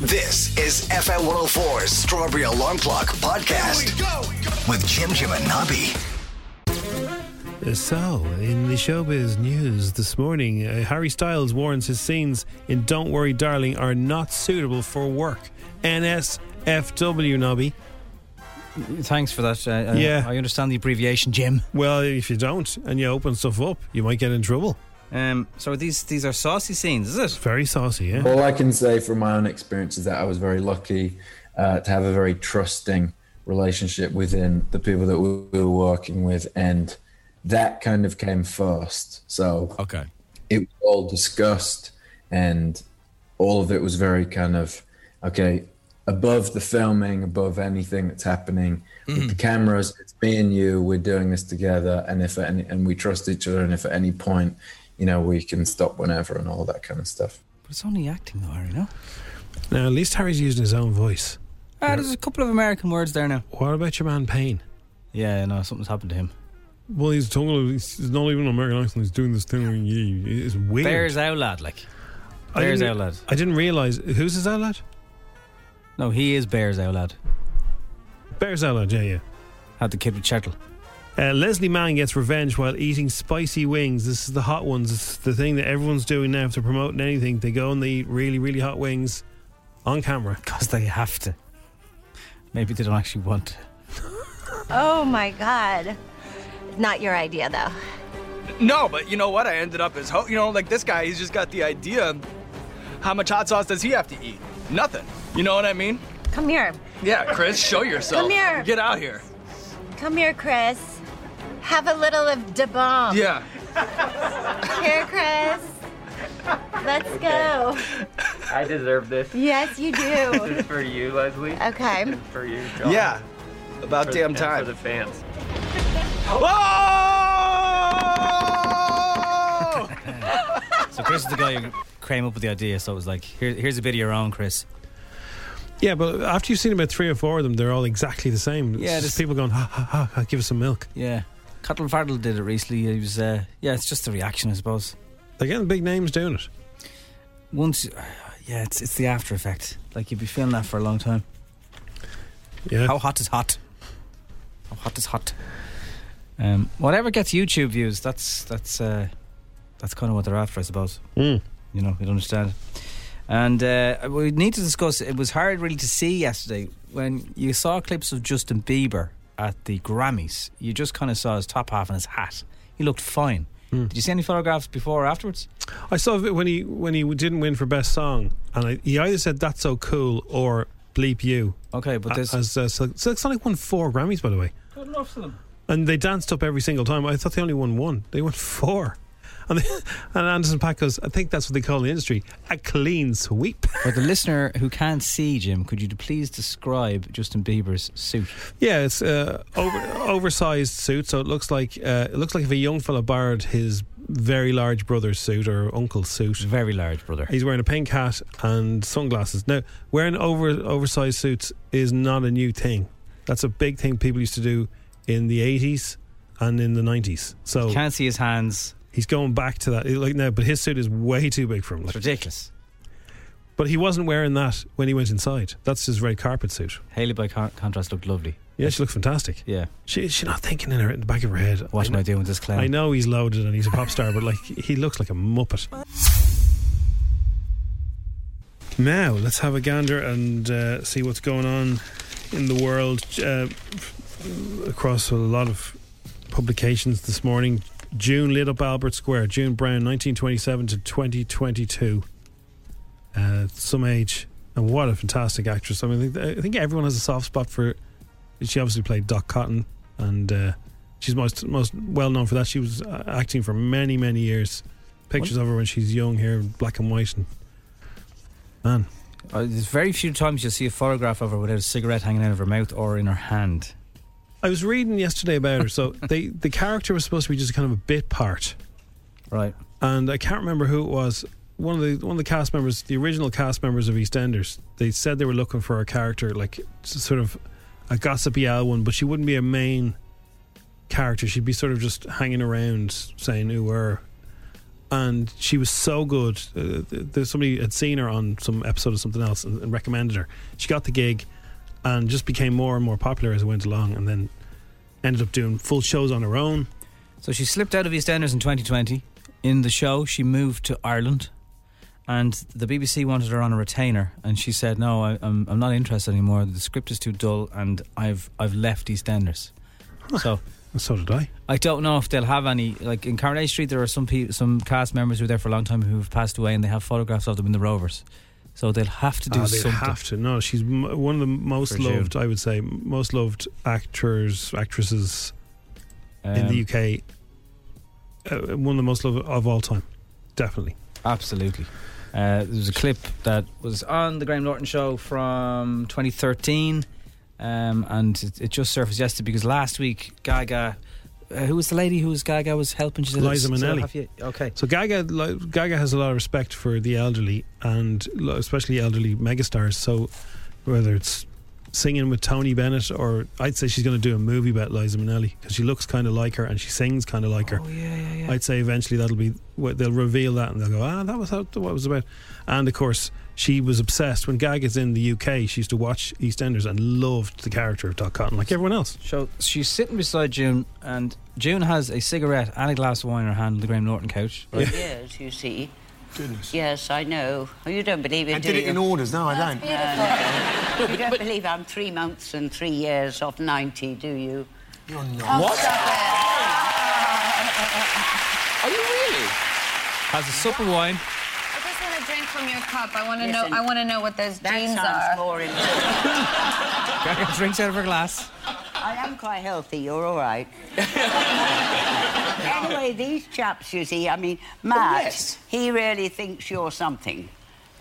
This is FM 104's Strawberry Alarm Clock Podcast with Jim Jim and Nobby. So, in the showbiz news this morning, uh, Harry Styles warns his scenes in Don't Worry Darling are not suitable for work. NSFW, Nobby. Thanks for that. Uh, Yeah. I understand the abbreviation, Jim. Well, if you don't and you open stuff up, you might get in trouble. Um, so these these are saucy scenes, is it? Very saucy, yeah? All I can say from my own experience is that I was very lucky uh, to have a very trusting relationship within the people that we we were working with, and that kind of came first. So Okay. it was all discussed, and all of it was very kind of okay above the filming, above anything that's happening with the cameras. It's me and you. We're doing this together, and if at any, and we trust each other, and if at any point, you know, we can stop whenever and all that kind of stuff. But it's only acting, though, Harry. No. Now, at least Harry's using his own voice. Ah, there's a couple of American words there now. What about your man Payne? Yeah, no, something's happened to him. Well, he's talking, he's not even an American accent, he's doing this thing where he, it's weird. Bears out, lad. Like I Bears didn't- out, lad. I didn't realise. Who's his outlet? No, he is bears out, lad. Bears outlet, yeah, yeah. Had the kid with Chetel. Uh, Leslie Mann gets revenge while eating spicy wings. This is the hot ones. It's the thing that everyone's doing now if they're promoting anything. They go and they eat really, really hot wings on camera. Because they have to. Maybe they don't actually want to. Oh my god. Not your idea though. No, but you know what? I ended up as ho. You know, like this guy, he's just got the idea. How much hot sauce does he have to eat? Nothing. You know what I mean? Come here. Yeah, Chris, show yourself. Come here. Get out here. Come here, Chris. Have a little of da bomb. Yeah. Here, Chris. Let's go. I deserve this. Yes, you do. This is for you, Leslie. Okay. This is for you, John. Yeah. About For- damn and time. For the fans. Oh! So Chris is the guy who came up with the idea. So it was like, Here, here's a bit of your own, Chris. Yeah, but after you've seen about three or four of them, they're all exactly the same. It's Yeah, just this- people going, ha ha ha, ha, give us some milk. Yeah. Cottle Fardle did it recently. He was, uh, yeah, it's just the reaction, I suppose. They're getting big names doing it. Once, yeah, it's it's the after effect. Like you'd be feeling that for a long time. Yeah. How hot is hot? How hot is hot? Um, whatever gets YouTube views, that's that's uh, that's kind of what they're after, I suppose. Mm. You know, you'd understand. And uh, we need to discuss. It was hard, really, to see yesterday when you saw clips of Justin Bieber at the Grammys. You just kind of saw his top half and his hat. He looked fine. Hmm. Did you see any photographs before or afterwards? I saw it when he when he didn't win for best song, and I, he either said that's so cool or bleep you. Okay, but A- there's as uh, Silk, Silk Sonic won four Grammys, by the way. And they danced up every single time. I thought they only won one. They won four. And, they, and Anderson Paak goes, I think that's what they call in the industry a clean sweep. For the listener who can't see, Jim, could you please describe Justin Bieber's suit? yeah, it's uh, over, oversized suit, so it looks like uh, it looks like if a young fella borrowed his very large brother's suit or uncle's suit. Very large, brother. He's wearing a pink hat and sunglasses. Now, wearing over oversized suits is not a new thing. That's a big thing people used to do in the 80s and in the 90s. So Can't see his hands. He's going back to that. Like now, but his suit is way too big for him. It's Like, ridiculous. but he wasn't wearing that when he went inside. That's his red carpet suit. Haley, by con- contrast, looked lovely. Yeah, she looked fantastic. Yeah. She, she's not thinking in her in the back of her head. What am I know- doing with this clown? I know he's loaded and he's a pop star, but like he looks like a muppet. Now let's have a gander and uh, see what's going on in the world uh, across a lot of publications this morning. June lit up Albert Square. June Brown, 1927 to 2022. Uh, some age, and what a fantastic actress! I mean, I think everyone has a soft spot for. She obviously played Doc Cotton, and uh, she's most most well known for that. She was uh, acting for many many years. Pictures of her when she's young here, black and white, and man, Uh, there's very few times you'll see a photograph of her without a cigarette hanging out of her mouth or in her hand. I was reading yesterday about her. So they the character was supposed to be just kind of a bit part, Right. and I can't remember who it was. One of the one of the cast members, the original cast members of EastEnders, they said they were looking for a character like s- sort of a gossipy owl one, but she wouldn't be a main character. She'd be sort of just hanging around saying who were. And she was so good. Uh, th- there's somebody had seen her on some episode of something else and, and recommended her. She got the gig and just became more and more popular as it went along, and then ended up doing full shows on her own. So she slipped out of EastEnders in 2020. In the show, she moved to Ireland, and the BBC wanted her on a retainer, and she said, "No, I, I'm I'm not interested anymore. The script is too dull, and I've I've left EastEnders." so And so did I. I don't know if they'll have any. Like in Coronation Street, there are some people, some cast members who were there for a long time who have passed away, and they have photographs of them in the Rovers. So they'll have to do Ah, they something. have to. No, she's m- one of the most For June. loved, I would say, m- most loved actors, actresses in Um, the UK. Uh, one of the most loved of all time, definitely. Absolutely. Uh, there was a clip that was on the Graham Norton show from 2013, um, and it, it just surfaced yesterday because last week Gaga, uh, who was the lady who was Gaga was helping? She said, Liza "It's- it's Minnelli." half you- Okay. So Gaga, li- Gaga has a lot of respect for the elderly and lo- especially elderly megastars. So whether it's singing with Tony Bennett or I'd say she's going to do a movie about Liza Minnelli because she looks kind of like her and she sings kind of like her. Oh yeah, yeah, yeah. I'd say eventually that'll be wh- they'll reveal that and they'll go, ah, that was how, what it was about. And of course, she was obsessed when Gaga's in the UK. She used to watch EastEnders and loved the character of Doc Cotton, like everyone else. So she's sitting beside June, and June has a cigarette and a glass of wine in her hand on the Graham Norton couch. Years, you see. Goodness. Yes, I know. Oh, you don't believe it, I do did you? it in orders. No, I don't. You don't believe I'm three months and three years off 90, do you? You're not. What? Are you really? Has a sup of wine. I just want to drink from your cup. I want to know. Listen, I want to know what those that jeans sounds are. more Gaga drinks out of her glass. I am quite healthy, you're all right. anyway, these chaps, you see, I mean, Matt, yes. he really thinks you're something.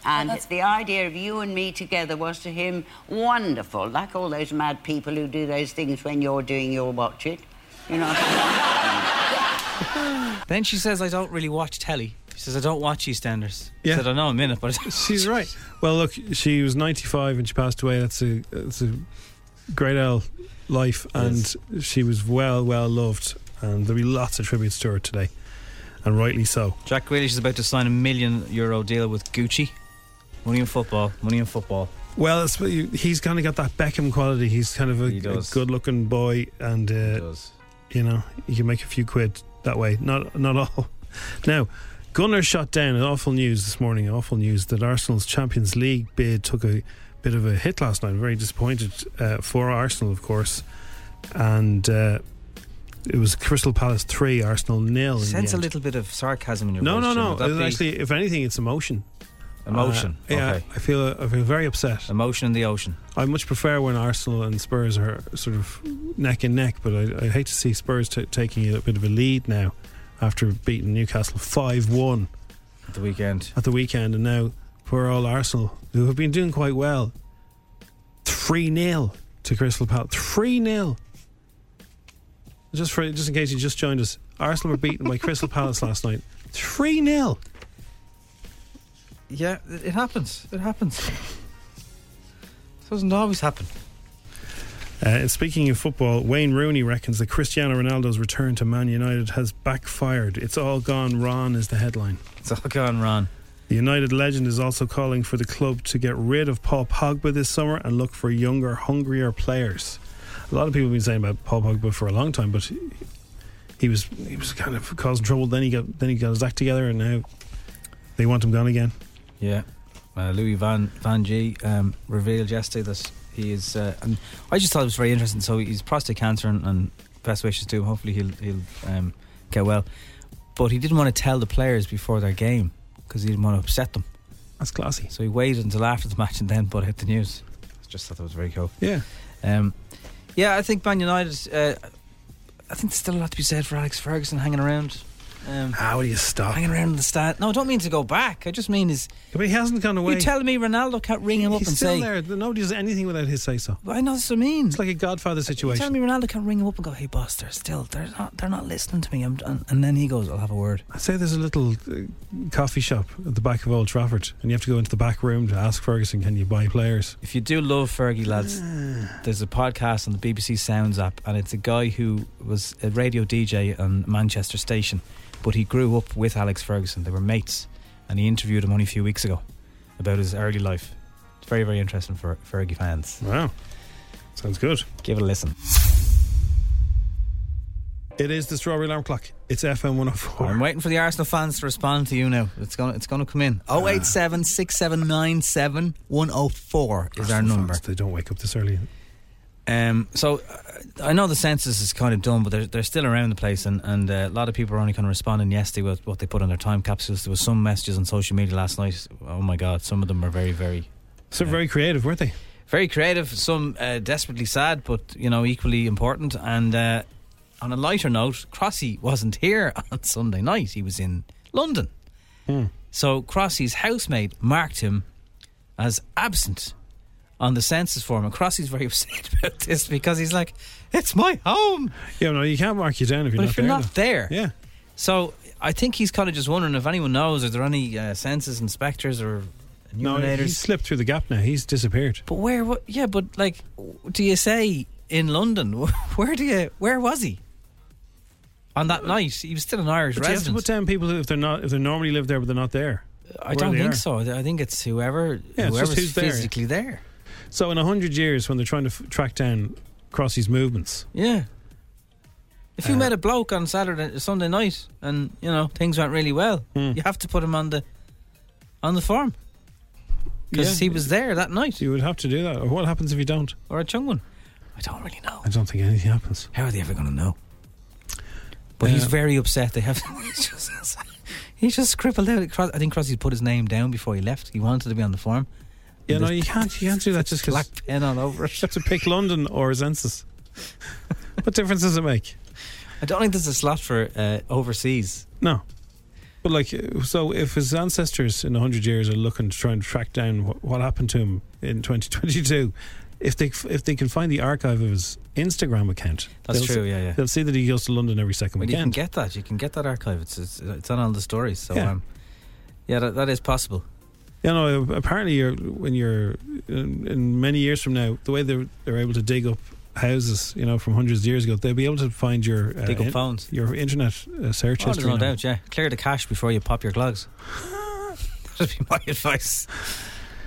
And the idea of you and me together was to him wonderful, like all those mad people who do those things when you're doing your watch it. You know. Then she says, "I don't really watch telly." She says, "I don't watch EastEnders." Yeah. said, "I know I'm in it, but she's right." Well, look, she was 95 and she passed away. That's a that's a great old life, and she was well well loved. And there'll be lots of tributes to her today, and rightly so. Jack Grealish is about to sign a million euro deal with Gucci. Money in football. Money in football. Well, it's, he's kind of got that Beckham quality. He's kind of a, does. good looking boy, and uh, you know you can make a few quid that way. Not not all. Now, Gunnar shot down. Awful news this morning. Awful news that Arsenal's Champions League bid took a bit of a hit last night. Very disappointed uh, for Arsenal, of course, and. Uh, it was Crystal Palace three, Arsenal nil. in the Sense a end. little bit of sarcasm in your No, voice. no, Jim. no. Would that It's be Actually, if anything, it's emotion. Emotion, Uh, yeah, okay. I feel I feel very upset. Emotion in the ocean. I much prefer when Arsenal and Spurs are sort of neck and neck, but I, I hate to see Spurs ta taking a bit of a lead now after beating Newcastle five one at the weekend. At the weekend, and now poor old Arsenal, who have been doing quite well, three 0 to Crystal Palace, three 0 Just for just in case you just joined us, Arsenal were beaten by Crystal Palace last night, three 0 Yeah, it it happens. It happens. It doesn't always happen. Uh, and speaking of football, Wayne Rooney reckons that Cristiano Ronaldo's return to Man United has backfired. It's all gone, Ron is the headline. It's all gone, Ron. The United legend is also calling for the club to get rid of Paul Pogba this summer and look for younger, hungrier players. a lot of people have been saying about Paul Pogba for a long time, but he, he was he was kind of causing trouble. Then he got then he got his act together, and now they want him gone again. Yeah. Uh, Louis Van Van G um, revealed yesterday that he is, uh, and I just thought it was very interesting. So he's prostate cancer, and, and best wishes to him. Hopefully he'll he'll um, get well. But he didn't want to tell the players before their game because he didn't want to upset them. That's classy. So he waited until after the match and then put out the news. I just thought that was very cool. Yeah. Um, yeah, I think Man United. Uh, I think there's still a lot to be said for Alex Ferguson hanging around. Um, How do you stop? Hanging around in the stand. No, I don't mean to go back. I just mean is. But he hasn't gone away. You're telling me Ronaldo can't ring him up He's and still there. say. Nobody does anything without his say so. I know that's what I mean. It's like a Godfather You're situation. telling me Ronaldo can't ring him up and go, "Hey, boss, they're still they're not they're not listening to me." I'm, and, and then he goes, "I'll have a word." I say there's a little uh, coffee shop at the back of Old Trafford, and you have to go into the back room to ask Ferguson, "Can you buy players?" If you do love Fergie, lads, there's a podcast on the BBC Sounds app, and it's a guy who was a radio DJ on Manchester Station, but he grew up with Alex Ferguson. They were mates, and he interviewed him only a few weeks ago about his early life. It's very, very interesting for Fergie fans. Wow. Sounds good. Give it a listen. It is the strawberry alarm clock. It's FM 104. I'm waiting for the Arsenal fans to respond to you now. It's going to it's going to come Ah. in. 087 6797 104 is our Arsenal number. fans, they don't wake up this early. Um, so uh, I know the census is kind of done, but they're, they're still around the place, and, and uh, a lot of people are only kind of responding yesterday with what they put on their time capsules. There was some messages on social media last night. Oh my God, some of them are very, very, So very creative, weren't they? very creative. Some uh, desperately sad, but you know, equally important. And uh, on a lighter note, Crossy wasn't here on Sunday night. He was in London, Hmm. so Crossy's housemate marked him as absent on the census form. And Crossy's very upset about this because he's like, it's my home. Yeah, no, you can't mark you down if you're but not if you're there. not there. Yeah. So I think he's kind of just wondering if anyone knows, are there any uh, census inspectors or though. no, enumerators? he's slipped through the gap now. He's disappeared. But where? What? Yeah, but like, do you say in London? Where do you? Where was he? On that night, he was still an Irish But you have to resident. put down people who- if they're not if they normally live there but they're not there. I Where don't they think are. so. I think it's whoever Yeah, it's whoever's just who's there. physically there. So in a hundred years, when they're trying to f- track down Crossy's movements, Yeah. If Uh. you met a bloke on Saturday, Sunday night, and you know things went really well, Hmm. you have to put him on the on the form because Yeah. he was there that night, you would have to do that. Or what happens if you don't? or a chung one. I don't really know. I don't think anything happens. How are they ever going to know? But he's Uh, very upset. They have he's just, he's just scribbled out. Cros- I think Crosby's put his name down before he left. He wanted to be on the form. Yeah, And no, there's you can't. You can't do that just because black pen all over you it. have to pick London or census. what difference does it make? I don't think there's a slot for uh, overseas. No. But like, uh, so if his ancestors in hundred years are looking to try and track down what, what happened to him in 2022, if they f- if they can find the archive of his Instagram account, That's they'll true, See, yeah, yeah. They'll see that he goes to London every second Well, you can weekend. get that. You can get that archive. It's it's, it's on all the stories. So Yeah. yeah, um, yeah that, that is possible. You know, apparently, you're when you're in, in many years from now, the way they're they're able to dig up houses, you know, from hundreds of years ago, they'll be able to find your uh, Dig up in- phones. your internet uh, search Oh, there's history. no now. doubt. Yeah, clear the cache before you pop your clogs. That'd be my advice.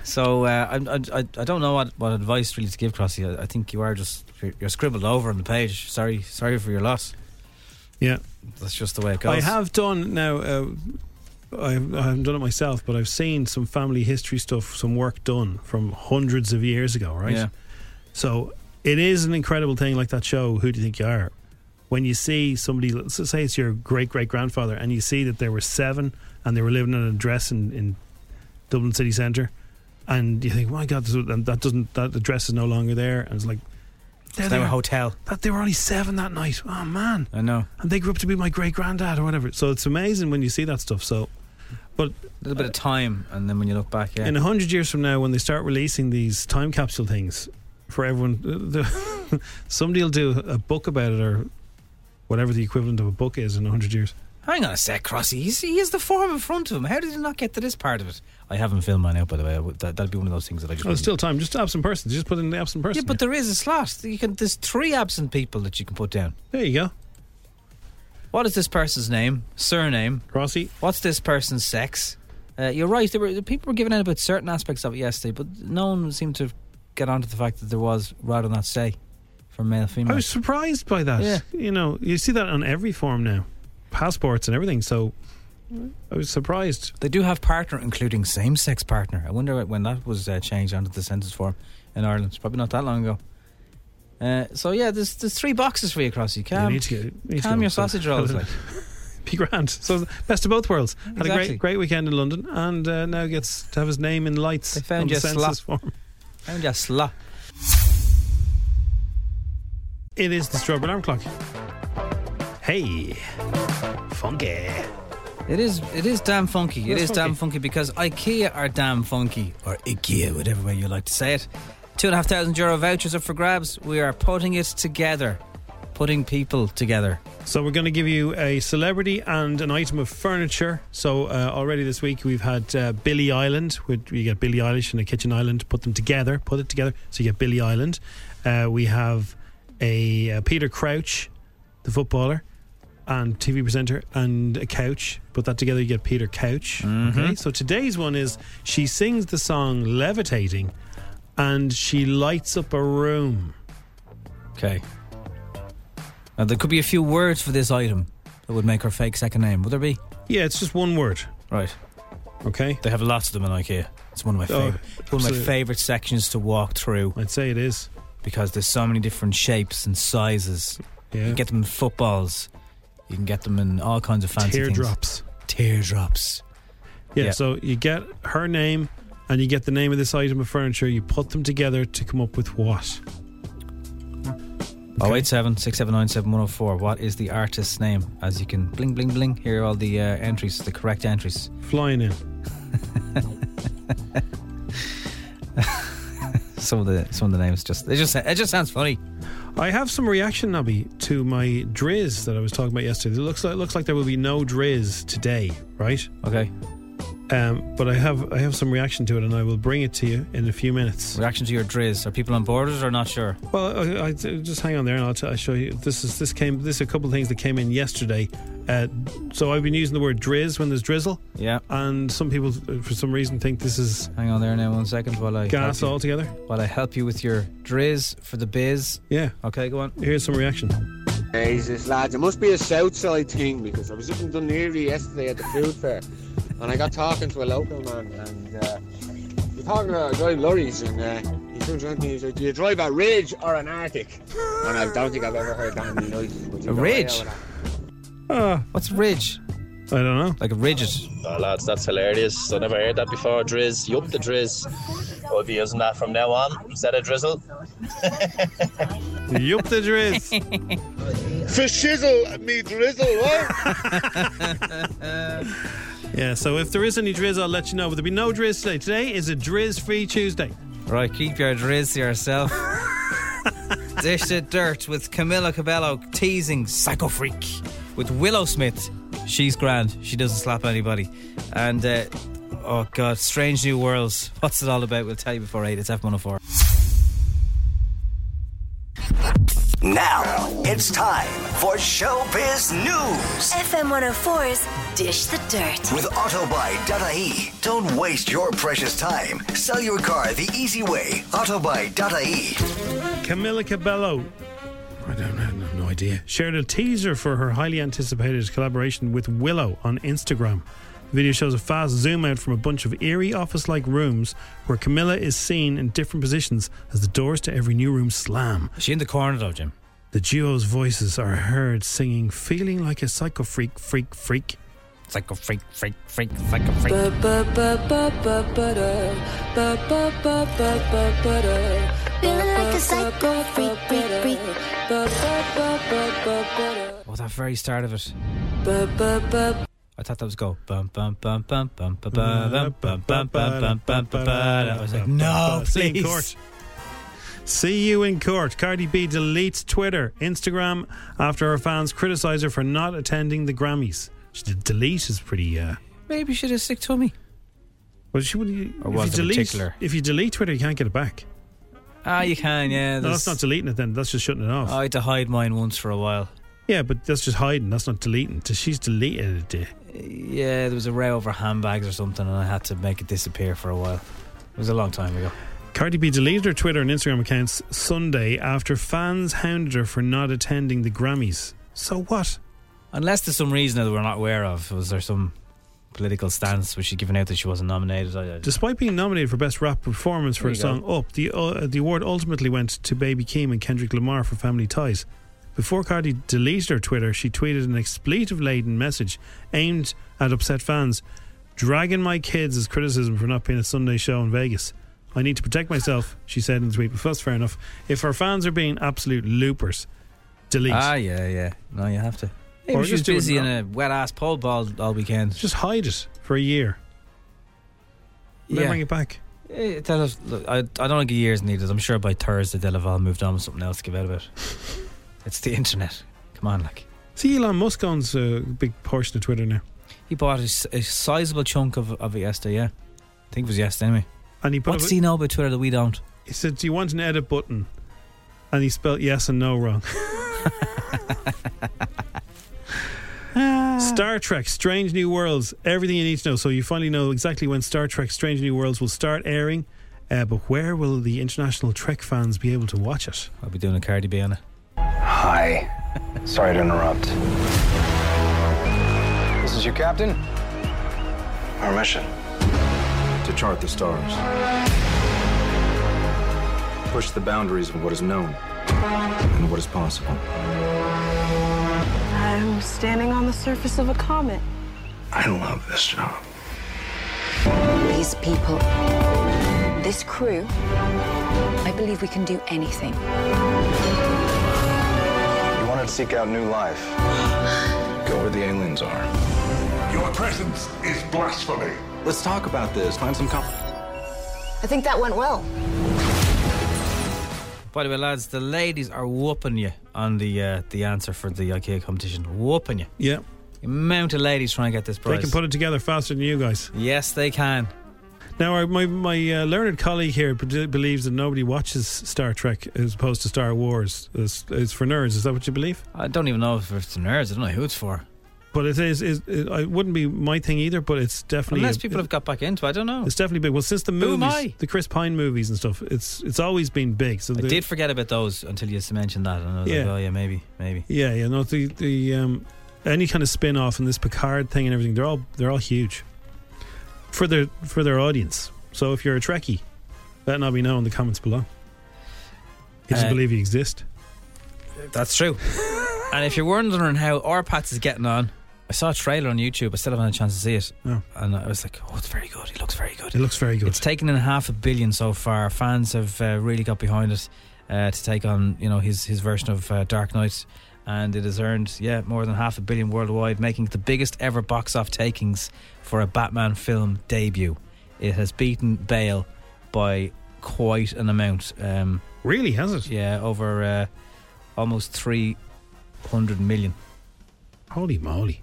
So uh, I, I, I I don't know what, what advice really to give, Crossy. I, I think you are just you're, you're scribbled over on the page. Sorry, sorry for your loss. Yeah. That's just the way it goes. I have done now. Uh, I, I haven't done it myself, but I've seen some family history stuff, some work done from hundreds of years ago, right? Yeah. So it is an incredible thing, like that show. Who do you think you are? When you see somebody, let's say it's your great great grandfather, and you see that there were seven and they were living in an address in, in Dublin city centre, and you think, my God, this- and that doesn't that address is no longer there, and it's like. It's There now they a are. hotel. That they were only seven that night. Oh man! I know. and they grew up to be my great granddad or whatever. So it's amazing when you see that stuff. So, but A little bit of time, and then when you look back, yeah. in a hundred years from now, when they start releasing these time capsule things for everyone, the, the- somebody will do a book about it or whatever the equivalent of a book is in a hundred years. Hang on a sec, Crossy. He's, he has the form in front of him. How did he not get to this part of it? I haven't filled mine out, by the way. I would- That, that'd be one of those things that I just. Oh, there's still wouldn't- time. Just absent person. Just put in the absent person. yeah, but there is a slot. You can. There's three absent people that you can put down. there you go, What is this person's name? Surname? Crossy. What's this person's sex? Uh, you're right. There were the people were giving out about certain aspects of it yesterday, but no one seemed to get onto the fact that there was rather not say for male female. I was surprised by that. Yeah. You know, you see that on every form now, passports and everything. So I was surprised. They do have partner, including same sex partner. I wonder when that was uh, changed onto the sentence form in Ireland. It's probably not that long ago. Uh, so yeah, there's there's three boxes for you, Crossy. Calm, need to get- need to calm go your on some- sausage rolls. like. Be grand. So best of both worlds. Had a Exactly. great, great weekend in London, and uh, now gets to have his name in lights. They found on the your census slot. form. Found your slot. It is the strawberry alarm clock. Hey, funky. It is it is damn funky. it That's is damn funky because IKEA are damn funky or IKEA, whatever way you like to say it. Two and a half thousand euro vouchers up for grabs. We are putting it together, putting people together. So we're going to give you a celebrity and an item of furniture. So uh, already this week we've had uh, Billy Island. where You get Billie Eilish and a kitchen island. Put them together. Put it together. So you get Billy Island. Uh, we have a uh, Peter Crouch, the footballer, and TV presenter, and a couch. Put that together, you get Peter Couch. Okay. So today's one is she sings the song "Levitating," and she lights up a room. Okay. Now there could be a few words for this item that would make her fake second name. Would there be? Yeah, it's just one word. Right. Okay. They have lots of them in IKEA. It's one of my Oh, favorite, one of my absolutely. favorite sections to walk through. I'd say it is because there's so many different shapes and sizes. You Yeah. can get them in footballs. You can get them in all kinds of fancy things. Teardrops. Teardrops. Yeah, Yeah. so you get her name and you get the name of this item of furniture. You put them together to come up with what? Oh eight seven six seven nine seven one zero four. What is the artist's name? As you can bling bling bling. Here are all the uh, entries, the correct entries. Flying in. Some of the some of the names just it just it just sounds funny. I have some reaction, Nobby, to my drizz that I was talking about yesterday. It looks like looks like there will be no drizz today, right? Okay. Um, but I have I have some reaction to it, and I will bring it to you in a few minutes. Reaction to your drizz. Are people on board with it or not sure? Well, I, I, just hang on there, and I'll, t- I'll show you. This is this came. This is a couple of things that came in yesterday. Uh, so I've been using the word drizz when there's drizzle, Yeah. and some people, uh, for some reason, think this is Hang on there now one second while I gas help you, altogether. while I help you with your drizz for the biz. Yeah. Okay, go on. Here's some reaction. Jesus, lads, it must be a Southside thing because I was up in Dunleary yesterday at the food fair and I got talking to a local man and uh, we're talking about driving lorries and uh, he turns around to me and he's like, Do you drive a Ridge or an Arctic? And I don't think I've ever heard that in my life. but you A go, ridge? "Yeah, well, Uh, What's ridge? I don't know. Like a rigid. Oh, lads, that's hilarious. I never heard that before. Drizz, yup, the drizz. I'll be using that from now on instead of drizzle. yup, the drizz. For shizzle, me drizzle, what? Yeah, so if there is any drizz, I'll let you know. But there'll be no drizz today. Today is a drizz free Tuesday. Right, keep your drizz to yourself. Dish the dirt with Camilla Cabello teasing psycho freak with Willow Smith. She's grand. She doesn't slap anybody. And uh, oh god, strange new worlds. What's it all about? We'll tell you before eight. It's F one hundred four. Now it's time for Showbiz News FM 104's Dish the Dirt. with Autobuy.ie. Don't waste your precious time. Sell your car the easy way. E. Autobuy.ie. Camilla Cabello. I don't know, I have no idea. Shared a teaser for her highly anticipated collaboration with Willow on Instagram. The video shows a fast zoom out from a bunch of eerie office like rooms where Camilla is seen in different positions as the doors to every new room slam. Is she in the corner though, Jim? The duo's voices are heard singing, Feeling Like a Psycho Freak, Freak, Freak. Psycho Freak, Freak, Freak, Psycho Freak. Feeling like a psycho freak, freak, freak. Oh, that very start of it. I thought that was go. Bum, bum, bum, bum, bum, bum, bum, bum, bum, bum, bum, bum, bum. I was like, no, See you in please. court. See you in court. Cardi B deletes Twitter, Instagram after her fans criticize her for not attending the Grammys. She did delete is pretty. Uh, Maybe she'd have sick tummy. well, she wouldn't. Or if was you it delete, particular? If you delete Twitter, you can't get it back. Ah, you can, yeah. No, that's there's- not deleting it. Then that's just shutting it off. I had to hide mine once for a while. yeah, but that's just hiding. That's not deleting. She's deleted it. dear. Yeah, there was a row over handbags or something, and I had to make it disappear for a while. It was a long time ago. Cardi B deleted her Twitter and Instagram accounts Sunday after fans hounded her for not attending the Grammys. So what? Unless there's some reason that we're not aware of. Was there some political stance was she giving out that she wasn't nominated? I, I, Despite being nominated for Best Rap Performance for There her you song Up, the, uh, the award ultimately went to Baby Keem and Kendrick Lamar for Family Ties. Before Cardi deleted her Twitter, she tweeted an expletive laden message aimed at upset fans, dragging my kids as criticism for not being at Sunday show in Vegas. I need to protect myself, she said in the tweet, but that's fair enough. If her fans are being absolute loopers, delete. Ah, yeah, yeah. No, you have to. Maybe Or she was just do it busy in now. a wet ass pole ball all weekend. Just hide it for a year. Then Yeah. bring it back. Eh, that is- look, I, I don't think a year's needed. I'm sure by Thursday they'll have all moved on with something else to give out about. it's the internet. Come on, like. See, Elon Musk owns a big portion of Twitter now. He bought a, s- a sizable chunk of, of it yesterday, yeah. I think it was yesterday anyway. And he put What's up- he know about Twitter that we don't? He said, "Do you want an edit button?" And he spelt yes and no wrong. Star Trek: Strange New Worlds. Everything you need to know. So you finally know exactly when Star Trek: Strange New Worlds will start airing. Uh, but where will the international Trek fans be able to watch it? I'll be doing a Cardi B on it. Hi. Sorry to interrupt. This is your captain? Our mission to chart the stars, push the boundaries of what is known and what is possible. I'm standing on the surface of a comet. I love this job. These people, this crew, I believe we can do anything. You wanted to seek out new life. Go where the aliens are. Your presence is blasphemy. Let's talk about this. Find some company. I think that went well. By the way, lads, the ladies are whooping you on the uh, the answer for the IKEA competition. Whooping you. Yeah. The amount of ladies trying to get this prize. They can put it together faster than you guys. Yes, they can. Now, our, my my uh, learned colleague here b- believes that nobody watches Star Trek as opposed to Star Wars. It's, it's for nerds. Is that what you believe? I don't even know if it's nerds. I don't know who it's for. But it is. It, it, it wouldn't be my thing either. But it's definitely Unless people have got back into it, I don't know. It's definitely big. Well, since the Who am movies, I? the Chris Pine movies and stuff, it's it's always been big. So I the- did forget about those until you mentioned that. And I was Yeah. like, oh, yeah, maybe, maybe. Yeah, yeah. No, the the um, any kind of spin off and this Picard thing and everything, they're all they're all huge for their for their audience. So if you're a Trekkie, let not be known in the comments below. You just Uh, believe you exist. That's true. and if you're wondering how our Pats is getting on, I saw a trailer on YouTube. I still haven't had a chance to see it. No. And I was like, oh, it's very good. It looks very good. It looks very good. It's taken in half a billion so far. Fans have uh, really got behind it uh, to take on, you know, his his version of uh, Dark Knight, and it has earned, yeah, more than half a billion worldwide, making it the biggest ever box off takings for a Batman film debut. It has beaten Bale by quite an amount. Um, really, has it? Yeah, over uh, almost three hundred million. Holy moly!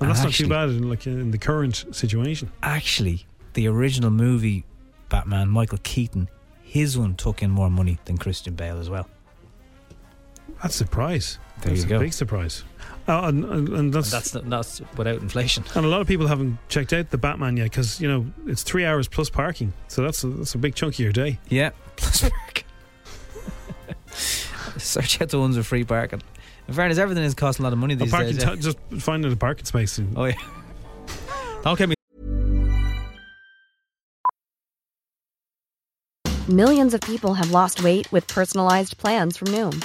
And And that's actually- not too bad in like in the current situation. Actually, the original movie Batman, Michael Keaton, his one took in more money than Christian Bale as well. That's a surprise. There that's you a go. big surprise. Uh, and, and, and that's That's not, that's without inflation. And a lot of people haven't checked out the Batman yet because you know it's three hours plus parking, so that's a, that's a big chunk of your day. Yeah, plus parking. Search out the ones with free parking. In fairness, everything is costing a lot of money A these parking days. eh? ti- just finding a parking space. And oh yeah. Don't get me. Millions of people have lost weight with personalized plans from Noom,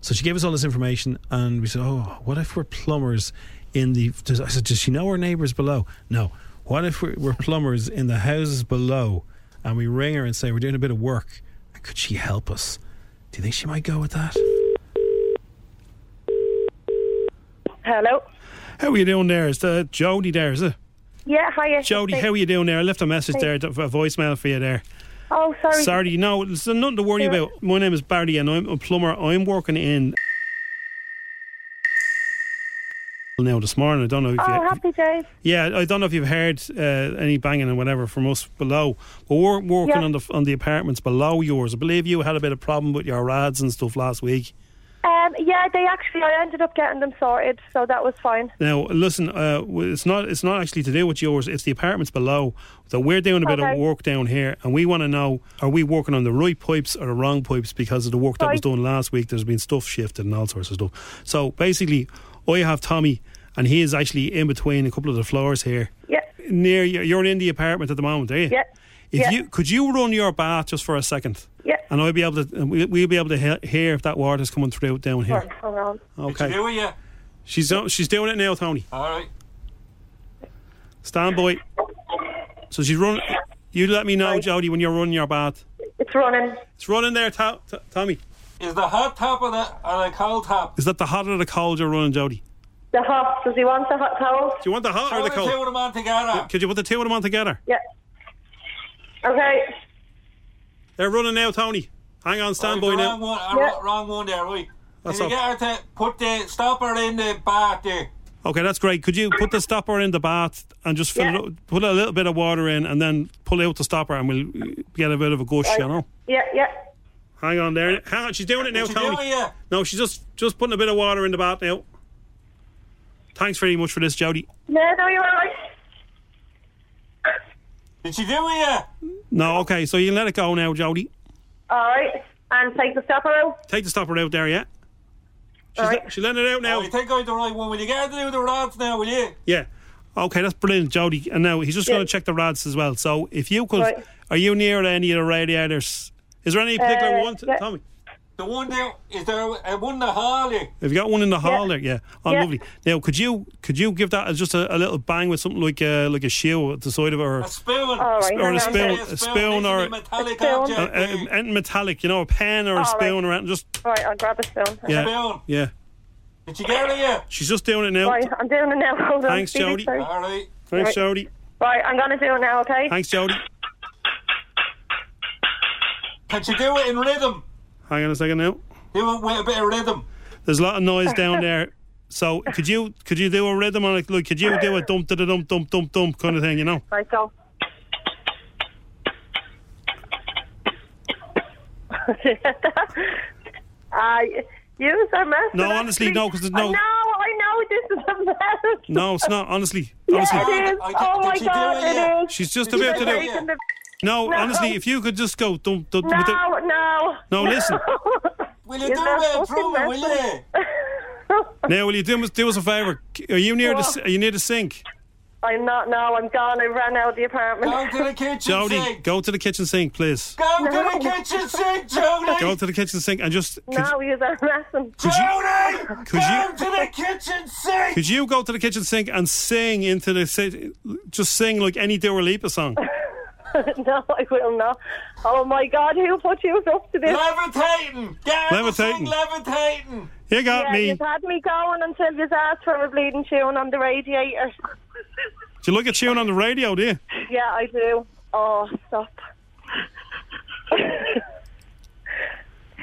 So she gave us all this information, and we said, "Oh, what if we're plumbers in the?" Does, I said, "Does she know her neighbors below?" No. What if we're, we're plumbers in the houses below, and we ring her and say we're doing a bit of work, and could she help us? Do you think she might go with that? Hello. How are you doing there? Is that Jody there? Is it? Yeah, hiya. Jody, how are you doing there? I left a message there, a voicemail for you there. Oh, sorry. Sorry, no, there's nothing to worry about. My name is Barry, and I'm a plumber. I'm working in now this morning. I don't know if Oh, you, happy days. yeah, I don't know if you've heard uh, any banging and whatever from us below, but we're working Yeah. on the on the apartments below yours. I believe you had a bit of problem with your rads and stuff last week. Um, yeah, they actually, I ended up getting them sorted, so that was fine. Now, listen, uh, w- it's not it's not actually to do with yours. It's the apartments below. So we're doing a bit of Okay. work down here, and we want to know: Are we working on the right pipes or the wrong pipes? Because of the work that was Right. done last week, there's been stuff shifted and all sorts of stuff. So basically, I have Tommy, and he is actually in between a couple of the floors here. Yeah. Near you- you're in the apartment at the moment, are you? Yeah. If Yeah. you could you run your bath just for a second, Yeah. and I'll be able to we- we'll be able to he- hear if that water's coming through down here. Right, hang on. Okay. She's do- she's doing it now, Tony. All right. Stand by. So she's running. You let me know, Jody, when you're running your bath. It's running. It's running there, to- to- Tommy. Is the hot top or the, or the cold top? Is that the hot or the cold you're running, Jody? The hot. Does he want the hot towel? Do you want the hot or the cold? them on together. Could you put the two of them on together? Yeah. Okay. They're running now, Tony. Hang Oh, on, stand by now. wrong one, uh, Yeah. wrong one there, right? That's Can up. you get her to put the stopper in the bath there? Okay, that's great. Could you put the stopper in the bath and just fill it up, put a little bit of water in and then pull out the stopper and we'll uh, get a bit of a gush, you know? Yeah, yeah. Hang on there. Hang on, she's doing it now, She's Tony. doing it, yeah. No, she's just just putting a bit of water in the bath now. Thanks very much for this, Jody. No, no, you're all right. Did she do it? No, okay, so you can let it go now, Jody. All right. And take the stopper out. Take the stopper out there, yeah? She's, let, she's letting it out now. Oh, you think I'm the right one? Will you get her to do the rods now, will you? Yeah. Okay, that's brilliant, Jody. And now he's just going to check the rads as well. So if you could, Right. are you near any of the radiators? Is there any particular Uh, one? t- Tommy? The one there, is there uh, one in the hall here? Have you got one in the hall Yeah. there? Yeah. Oh, Yeah. lovely. Now, could you could you give that as just a, a little bang with something like a, like a shoe at the side of it, or A spoon. All Oh, right, or hang a on. spoon, Yeah, a spoon, or a, Uh, metallic A a, spoon. object. a- anything metallic, you know, a pen or All a right. spoon or anything. Just All right, I'll grab a spoon. yeah, Spoon. yeah. Did you get her here? She's just doing it now. Right, I'm doing it now. Hold on. Thanks, Phoebe, Jody. sorry. right. Thanks, Right. Jody. Right, I'm going to do it now, okay? Thanks, Jody. Can she do it in rhythm? Hang on a second now. Do it with a bit of rhythm. There's a lot of noise down there. So could you could you do a rhythm on it? Like, could you do a dump da da dump dump dump dump kind of thing? You know. Right, go. I Uh, use a mess. No, honestly, no, 'cause there's no- No, I know this is a mess. No, it's not. Honestly, Yeah, honestly. it is. Oh my god, it is. She's just You're about to do. taking the- No, No. honestly, if you could just go dump dump. No, with the- no. No, listen. Will you You're do not it, fucking Truman, will you? messing. Now, will you do, us- do us a favour? Are you near the What? the? Are you near the sink? I'm not. No, I'm gone. I ran out of the apartment. Go to the kitchen Jody, sink. go to the kitchen sink, please. Go to the kitchen sink, Jody. Go to the kitchen sink and just. Could, No, you're messing. Jody, could go you- to the kitchen sink. could you go to the kitchen sink and sing into the si- just sing like any Dua Lipa song? no, I will not. Oh my God, who put you up to this? Levitating! Get Levitating. levitating! You got yeah, me. You've had me going until you've asked for a bleeding tune on the radiator. Do you look at Tune on the radio, do you? Yeah, I do. Oh, stop.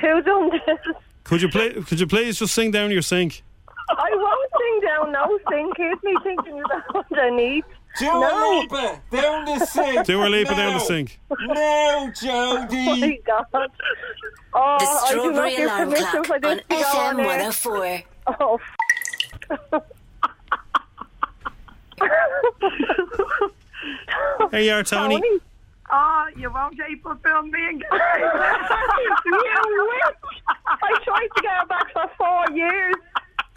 Who done this? Could you play? Could you please just sing down your sink? I won't sing down no sing. Keep me thinking that's what I need. Dua no. Lipa, down the sink. Dua Lipa down the sink. No, Jody. Oh my God. Oh, I do The not Strawberry give Alarm permission Clock for this on to go air. FM 104. Oh, Here you are, Tony. Oh, you won't keep up on me and You witch! I tried to get her back for four years.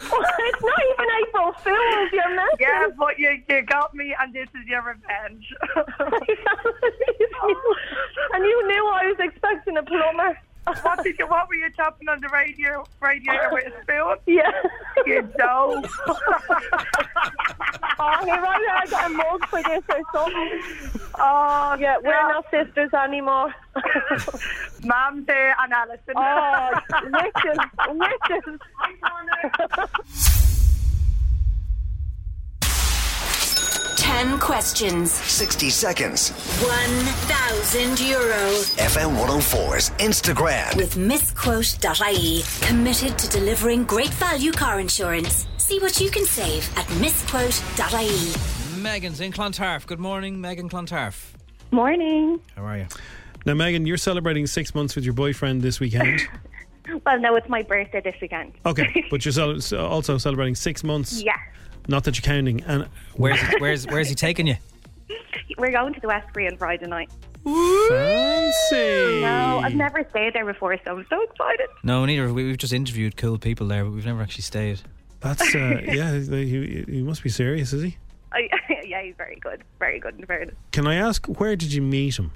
it's not even April Fool's, you're messing. Yeah, but you, you got me, and this is your revenge. and you knew I was expecting a plumber. what did you? What were you chopping on the radio? Radiator with a spoon? Yeah. You dope. Oh, he right now I got a mug for this or something. Oh, yeah, we're not sisters anymore. Mum, there, and Alison. Oh, witches, witches. Ten questions. 60 seconds. 1,000 euro. FM 104's Instagram. With misquote.ie, committed to delivering great value car insurance. See what you can save at misquote.ie. Megan's in Clontarf. Good morning, Megan Clontarf. Morning. How are you? Now, Megan, you're celebrating six months with your boyfriend this weekend. Well, no, it's my birthday this weekend. Okay, but you're cel- so- also celebrating six months. Yeah. Not that you're counting. And where's where's where's he taking you? We're going to the Westbury on Friday night. Fancy. No, I've never stayed there before, so I'm so excited. No, neither. of- we- We've just interviewed cool people there, but we've never actually stayed. That's uh, yeah. He, he- he must be serious, is he? I, yeah, he's very good. Very good in fairness. Can I ask where did you meet him?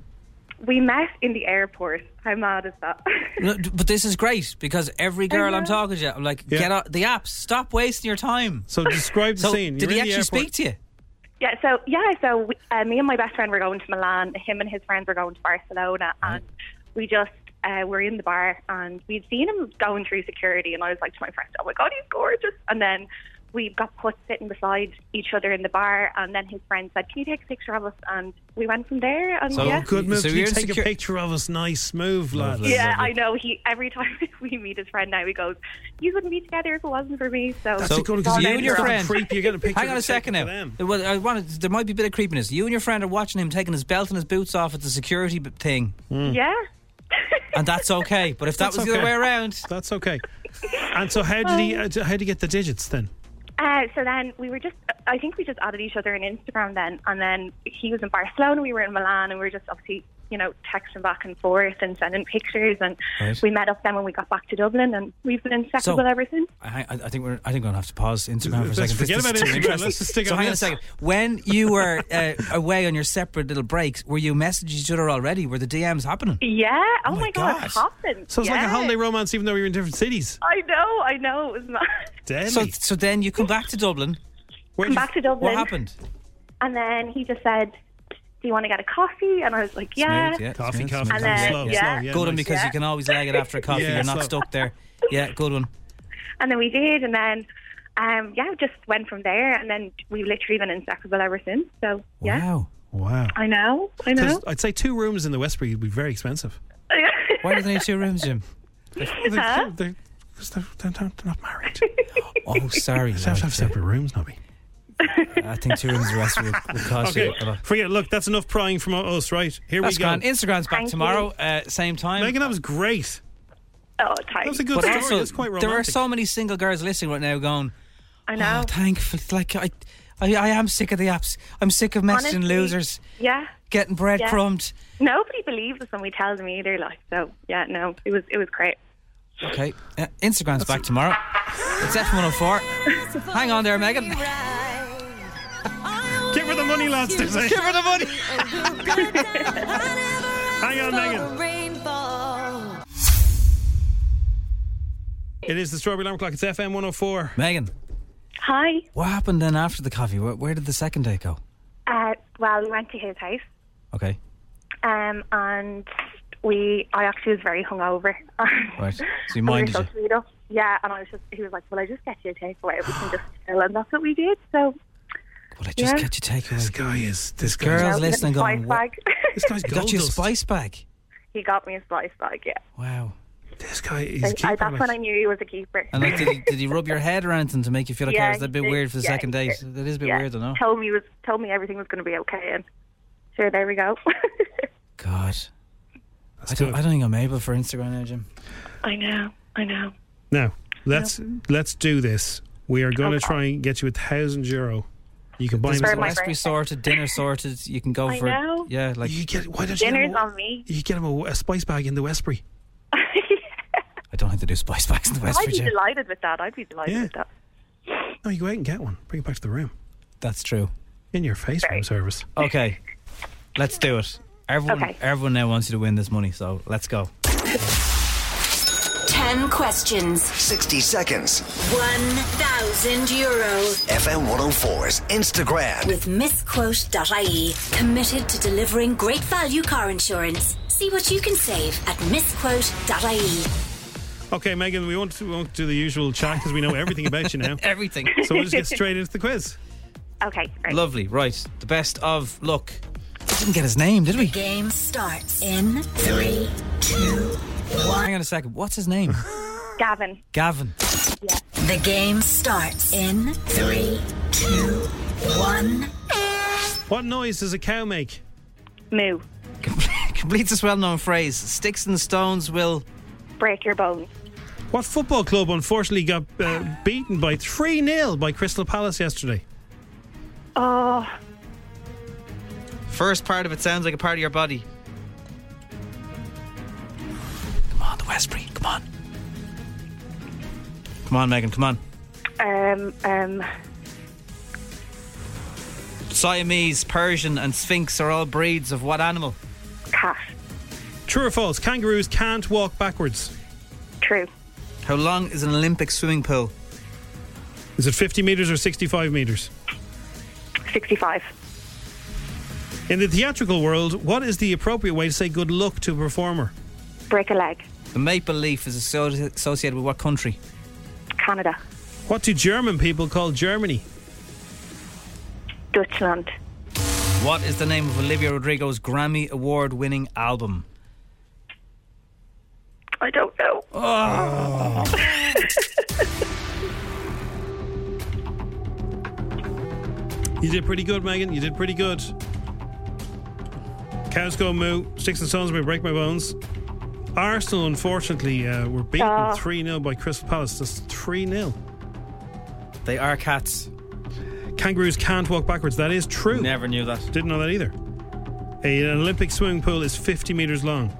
We met in the airport. How mad is that? No, d- but this is great because every girl I'm know. talking to, I'm like, Yeah. get out the apps. Stop wasting your time. So describe the So, scene. You're Did he in the actually speak airport. to you? yeah, so, yeah, so we, uh, me and my best friend were going to Milan. Him and his friends were going to Barcelona. Mm-hmm. And we just uh, were in the bar and we'd seen him going through security. And I was like to my friend, oh my God, he's gorgeous. And then we got put sitting beside each other in the bar. And then his friend said, can you take a picture of us? And we went from there. And So yeah. good move. So Can you you're in take secu- a picture of us? Nice move, lad. Yeah, I know. He every time we meet his friend now, he goes, "You wouldn't be together if it wasn't for me." So That's the good because Well, you and your you're on. friend. creepy. You get a picture. Hang on a second now. Well, I wanted, there might be a bit of creepiness. You and your friend are watching him taking his belt and his boots off at the security b- thing, Hmm. Yeah, and that's okay. But if that was the other way around, that's okay. And so, how did he? How did he get the digits then? Uh, so then we were just, I think we just added each other on Instagram then. And then he was in Barcelona, we were in Milan, and we were just obviously, you know, texting back and forth and sending pictures. And Right. we met up then when we got back to Dublin, and we've been inseparable So- ever since. I, I- I think we're. I think we're gonna have to pause Instagram for a Let's second. forget This- this about is too Instagram. interesting. Let's just stick so on hang this. on a second. When you were uh, away on your separate little breaks, were you messaging each other already? Were the DMs happening? Yeah. Oh, my, God, God. it happened. So it's like a Yeah. holiday romance, even though we were in different cities. I know, I know. It was mad. Deadly. So, so then you come back to Dublin. Where Come back to Dublin. What happened? And then he just said, Do you want to get a coffee? And I was like, Yeah. Coffee, smooth, coffee, smooth. coffee. And then- Slow, yeah. slow, yeah, good one nice. because Yeah. you can always lag it after a coffee. Yeah, You're not slow. stuck there. Yeah, good one. And then we did. And then, um, yeah, just went from there. And then we've literally been inseparable ever since. So, yeah. Wow. Wow. I know, I know. 'Cause I'd say two rooms in the Westbury would be very expensive. Why do they need two rooms, Jim? They're, Huh? they're, 'cause they're- they're- they're not married. Oh, sorry. They have to have separate rooms, Nobby. Uh, I think two rooms the rest would, would cost Okay, you a lot. forget. Look, that's enough prying from us, right? Here That's we go. grand. Instagram's back tomorrow, uh, same time. Megan, that was great. Oh, tight. That was a good But story. also, that's quite romantic. there are so many single girls listening right now going, I know. Oh, thankfully, like I, I, I am sick of the apps. I'm sick of messaging Honestly, losers, Yeah. getting yeah. breadcrumbed. Nobody believes us when we tell them either. Like, so yeah, no, it was it was great. Okay, uh, Instagram's back tomorrow. It's F104. Hang on there, Megan. Give her the money, lads. Give Give her the money. Hang on, Megan. It is the Strawberry Alarm Clock. It's FM 104. Megan, Hi. what happened then after the coffee? Where, where did the second day go? Uh, well, we went to his house Okay. um, and we I actually was very hungover. Right. So you And we were minded so you. sweet up. Yeah, and I was just he was like, "Well, I just get you a takeaway. We can just chill," and that's what we did. So. Well, I just yeah. get you takeaway. This guy is. This guy is- girl's Yeah, listening. little Going, spice "What- bag." This guy's He got gold you a dust. spice bag. He got me a slice bag. Yeah. Wow. This guy So I, that's when I knew he was a keeper. And like, did, he, did he rub your head or anything to make you feel like, Yeah, oh, is that a he bit did. weird for the Yeah, second he date? did. That is a bit Yeah. weird, I know. Told me was told me everything was going to be okay, and sure, there we go. God. I don't, I don't think I'm able for Instagram now, Jim. I know. I know. Now let's let's do this. We are going to try and get you a thousand euro. You can buy This me is Raspberry sorted, dinner sorted. You can go I for know. yeah, like you get why don't you get Dinner's him on me. a, you get him a, a spice bag in the Westbury. I don't think they do spice bags in the I'd be delighted with that. I'd be delighted Yeah. with that. No, you go out and get one. Bring it back to the room. That's true. In your face, room service. Okay, let's do it. Everyone, Okay. everyone now wants you to win this money, so let's go. 10 questions. 60 seconds. 1,000 euro. FM 104's Instagram. With misquote.ie, committed to delivering great value car insurance. See what you can save at misquote.ie. Okay, Megan, we won't, we won't do the usual chat because we know everything about you now. everything. So we'll just get straight into the quiz. Okay. Right. Lovely, right? The best of luck. We didn't get his name, did we? Game starts in three. Hang on a second. What's his name? Gavin. Gavin. The game starts in three, two, one. What noise does a cow make? Moo. Completes this well-known phrase: "Sticks and stones will." Break your bones. What football club unfortunately got uh, beaten by 3 0 by Crystal Palace yesterday? Oh, First part of it sounds like a part of your body. Come on, the Westbury. Come on. Come on, Megan. Come on. um, um, Siamese, Persian, and Sphinx are all breeds of what animal? cat. True or false? Kangaroos can't walk backwards. True. How long is an Olympic swimming pool? Is it 50 metres or 65 metres? 65. In the theatrical world, what is the appropriate way to say good luck to a performer? Break a leg. The maple leaf is asso- associated with what country? Canada. What do German people call Germany? Dutchland. What is the name of Olivia Rodrigo's Grammy Award winning album? I don't know. Oh. You did pretty good, Megan. You did pretty good. Cows go moo. Sticks and stones may break my bones. Arsenal, unfortunately, uh, were beaten Ah. 3 0 by Crystal Palace. That's 3 0. They are cats. Kangaroos can't walk backwards. That is true. Never knew that. Didn't know that either. A- an Olympic swimming pool is 50 metres long.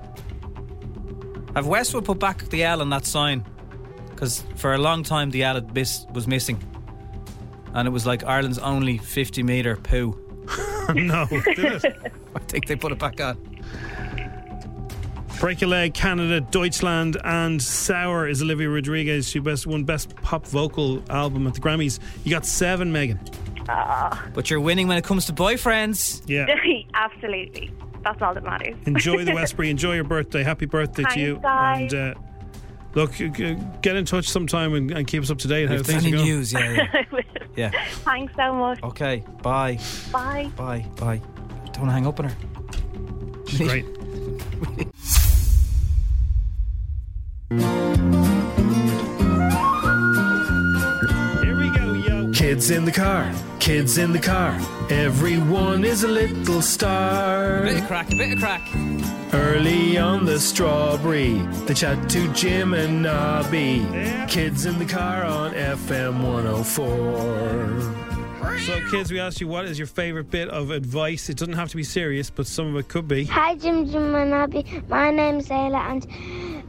Have Westwood put back the L on that sign? Because for a long time the L had miss- was missing. And it was like Ireland's only 50 metre poo. no, did it? I think they put it back on. Break a leg, Canada, Deutschland, and Sour is Olivia Rodriguez. She best won Best Pop Vocal Album at the Grammys. You got seven, Megan. Ah. But you're winning when it comes to boyfriends. Yeah. Absolutely. That's all that matters. enjoy the Westbury. Enjoy your birthday. Happy birthday Thanks, to you. guys. And uh, look, g- g- get in touch sometime and, and keep us up to date. How If things any are going. news, yeah, yeah. Yeah. Thanks so much. Okay. Bye. Bye. Bye. Bye. Don't want to hang up on her. Great. Here we go, yo. Kids in the car, kids in the car. Everyone is a little star. Bit of crack, a bit of crack. Early on the strawberry, the chat to Jim and Nobby. Kids in the car on FM 104. So, kids, we asked you what is your favourite bit of advice? It doesn't have to be serious, but some of it could be. Hi, Jim Jim and Abby. My name's Ayla, and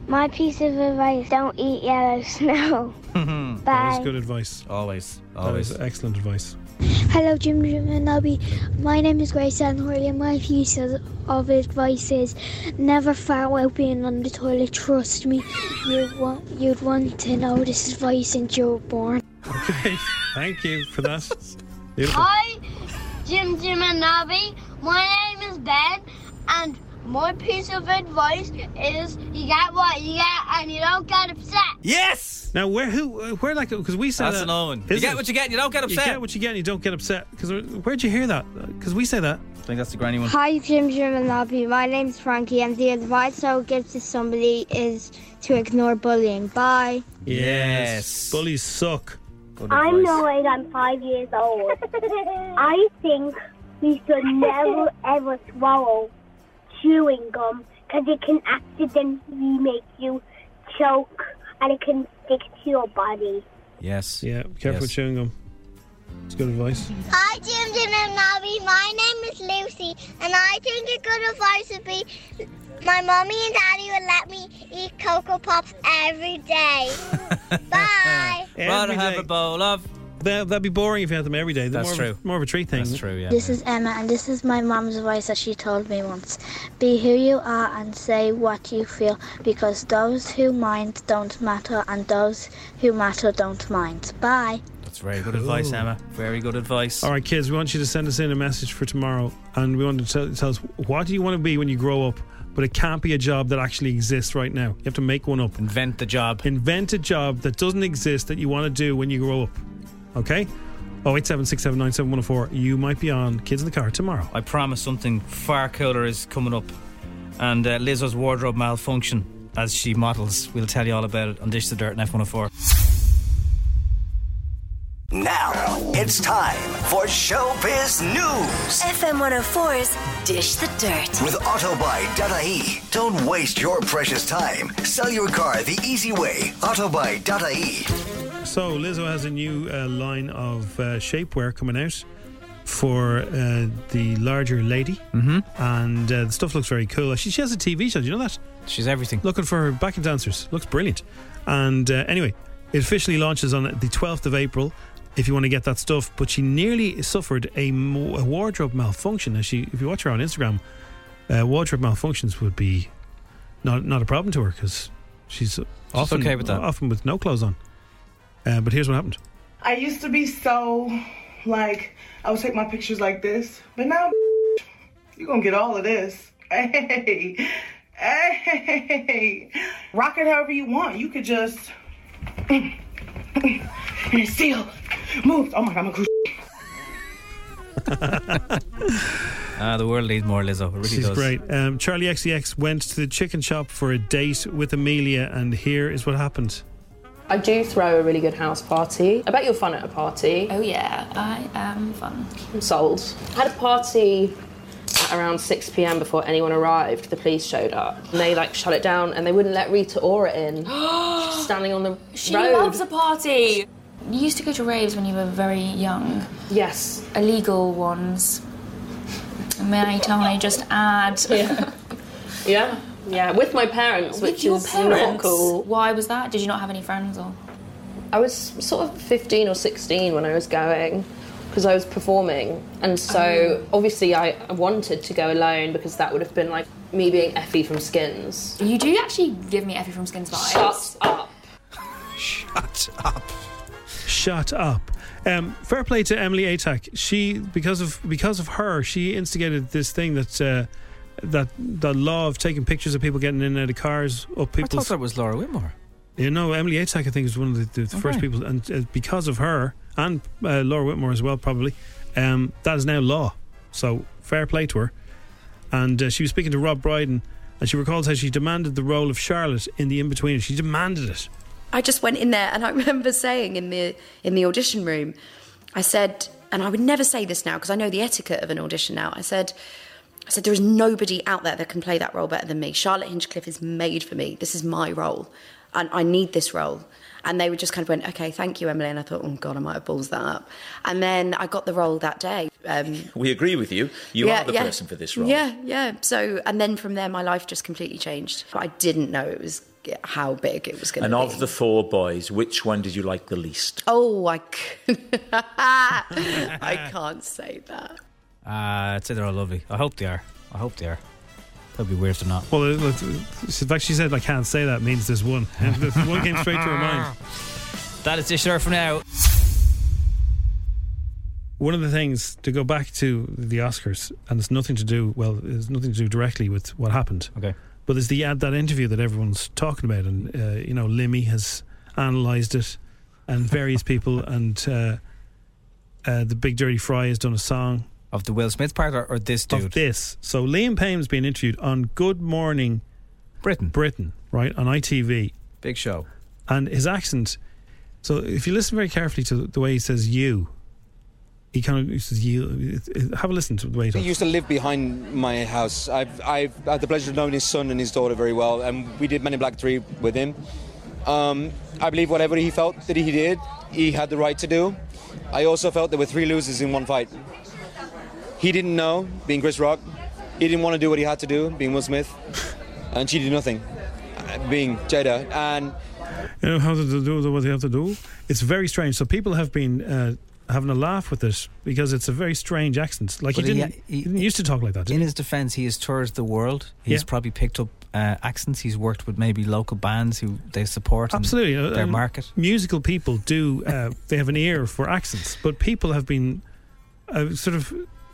my piece of advice don't eat yellow snow. That Bye. is good advice. Always. Always. excellent advice. Hello, Jim Jim and Abby. My name is Grace Anhorley, and my piece of- of advice is never fart while being on the toilet. Trust me, you'd want, you'd want to know this advice since you were born. Thank you for that. Beautiful. Hi, Jim Jim and Abby. My name is Ben, and My piece of advice is you get what you get and you don't get upset. Yes. Now where who where like because we said That's that, an Owen. Is You get it? what you get and you don't get You upset. get what you get and you don't get upset. Because where'd you hear that? Because we say that. I think that's the granny one. Hi, Jim Jim and Nobby. My name's Frankie, and the advice I would give to somebody is to ignore bullying. Bye. Yes. Bullies suck. I'm Noah. and I'm five years old. I think we should never ever swallow chewing gum because it can accidentally make you choke and it can stick to your body. Yes. Yeah. Careful with chewing gum. It's good advice. Hi, Jim Jim and Nobby. My name is Lucy, and I think a good advice would be my mommy and daddy would let me eat Cocoa Pops every day. Bye. Rather have a bowl of. That, that'd be boring if you had them every day. They're That's more of a- true. more of a treat thing. That's true. Yeah. This is Emma, and this is my mum's advice that she told me once. Be who you are and say what you feel, because those who mind don't matter, and those who matter don't mind. Bye. That's very good advice, Oh. Emma. Very good advice. All right, kids, we want you to send us in a message for tomorrow, and we want to tell, tell us what do you want to be when you grow up, but it can't be a job that actually exists right now. You have to make one up. Invent the job. Invent a job that doesn't exist that you want to do when you grow up. Okay? Oh eight seven six seven nine seven one zero four. You might be on Kids in the Car tomorrow. I promise something far cooler is coming up. And uh, Lizzo's wardrobe malfunction as she models. We'll tell you all about it on oh Dish the Dirt and F104. Now it's time for Showbiz News FM 104's Dish the Dirt. with Autobuy.ie. E, Don't waste your precious time. Sell your car the easy way. Autobuy.ie. So Lizzo has a new uh, line of uh, shapewear coming out for uh, the larger lady, mm-hmm. and uh, the stuff looks very cool. She, she has a TV show. Do you know that? She's everything. Looking for her backing dancers. Looks brilliant. And uh, anyway, it officially launches on the twelfth of April. If you want to get that stuff, but she nearly suffered a, mo- a wardrobe malfunction. As she, if you watch her on Instagram, uh, wardrobe malfunctions would be not not a problem to her because she's often okay with that. often with no clothes on. Uh, but here's what happened. I used to be so like I would take my pictures like this, but now you're gonna get all of this. Hey, hey, rock it however you want. You could just and still move. Oh my god, I'm a cruise. Ah, the world needs more Lizzo. It really She's does. great. Um, Charlie XCX went to the chicken shop for a date with Amelia, and here is what happened. I do throw a really good house party. I bet you're fun at a party. Oh yeah, I am fun. I'm sold. I had a party at around 6 p.m. before anyone arrived. The police showed up. And they like shut it down and they wouldn't let Rita Ora in. She's standing on the She road. loves a party. You used to go to raves when you were very young. Yes. Illegal ones. May I just add? Yeah. yeah. Yeah, with my parents, With which your is parents? not cool. Why was that? Did you not have any friends or? I was sort of 15 or 16 when I was going because I was performing, and so Oh. obviously I I wanted to go alone because that would have been like me being Effie from Skins. You do actually give me Effie from Skins vibes. Shut up. Shut up. Shut up. Um, fair play to Emily Atack. She because of because of her, she instigated this thing that uh, that the law of taking pictures of people getting in and out of cars up I thought people's. that was Laura Whitmore. You know, Emily Atack, I think, is one of the, the first people, and uh, because of her and uh, Laura Whitmore as well, probably um, that is now law. So fair play to her. And uh, she was speaking to Rob Brydon, and she recalls how she demanded the role of Charlotte in the In Between. She demanded it. I just went in there and I remember saying in the in the audition room, I said, and I would never say this now because I know the etiquette of an audition now. I said, I said there is nobody out there that can play that role better than me. Charlotte Hinchcliffe is made for me. This is my role, and I need this role. And they were just kind of went, okay, thank you, Emily. And I thought, oh god, I might have balls that up. And then I got the role that day. Um, We agree with you. You yeah, are the yeah. person for this role. Yeah, yeah. So, and then from there, my life just completely changed. I didn't know it was how big it was going to And be. of the four boys, which one did you like the least? Oh, I, c- I can't say that. Uh, I'd say they're all lovely. I hope they are. I hope they are. That'd be weird if they're not. Well, it- it- it's- in fact, she said, "I can't say that." Means there's one. There's one came straight to her mind. That is Dish Dirt for now. one of the things to go back to the Oscars, and it's nothing to do well, it's nothing to do directly with what happened. Okay, but there's the ad that interview that everyone's talking about, and uh, you know, Limmy has analysed it, and various people, and uh, uh, the Big Dirty Fry has done a song of the Will Smith part, or, or this dude? of this. So Liam Payne's being interviewed on Good Morning Britain, Britain, right on ITV, Big show. and his accent. So if you listen very carefully to the way he says "you," he kind of uses "you." Have a listen to the way he He talks. used to live behind my house. I've, I've had the pleasure of knowing his son and his daughter very well, and we did Men in Black 3 with him. Um, I believe whatever he felt that he did, he had the right to do. I also felt there were three losers in one fight. He didn't know, being Chris Rock. He didn't want to do what he had to do, being Will Smith. And she did nothing, uh, being Jada. And You know how to do what they have to do. It's very strange. So people have been uh, having a laugh with it because it's a very strange accent. Like he But he- didn't, he, didn't used to talk like that. In his defence, he has toured the world. He's Yeah. probably picked up uh, accents. He's worked with maybe local bands who they support. and Absolutely, uh, their and market. Musical people do. Uh, they have an ear for accents, but people have been uh, sort of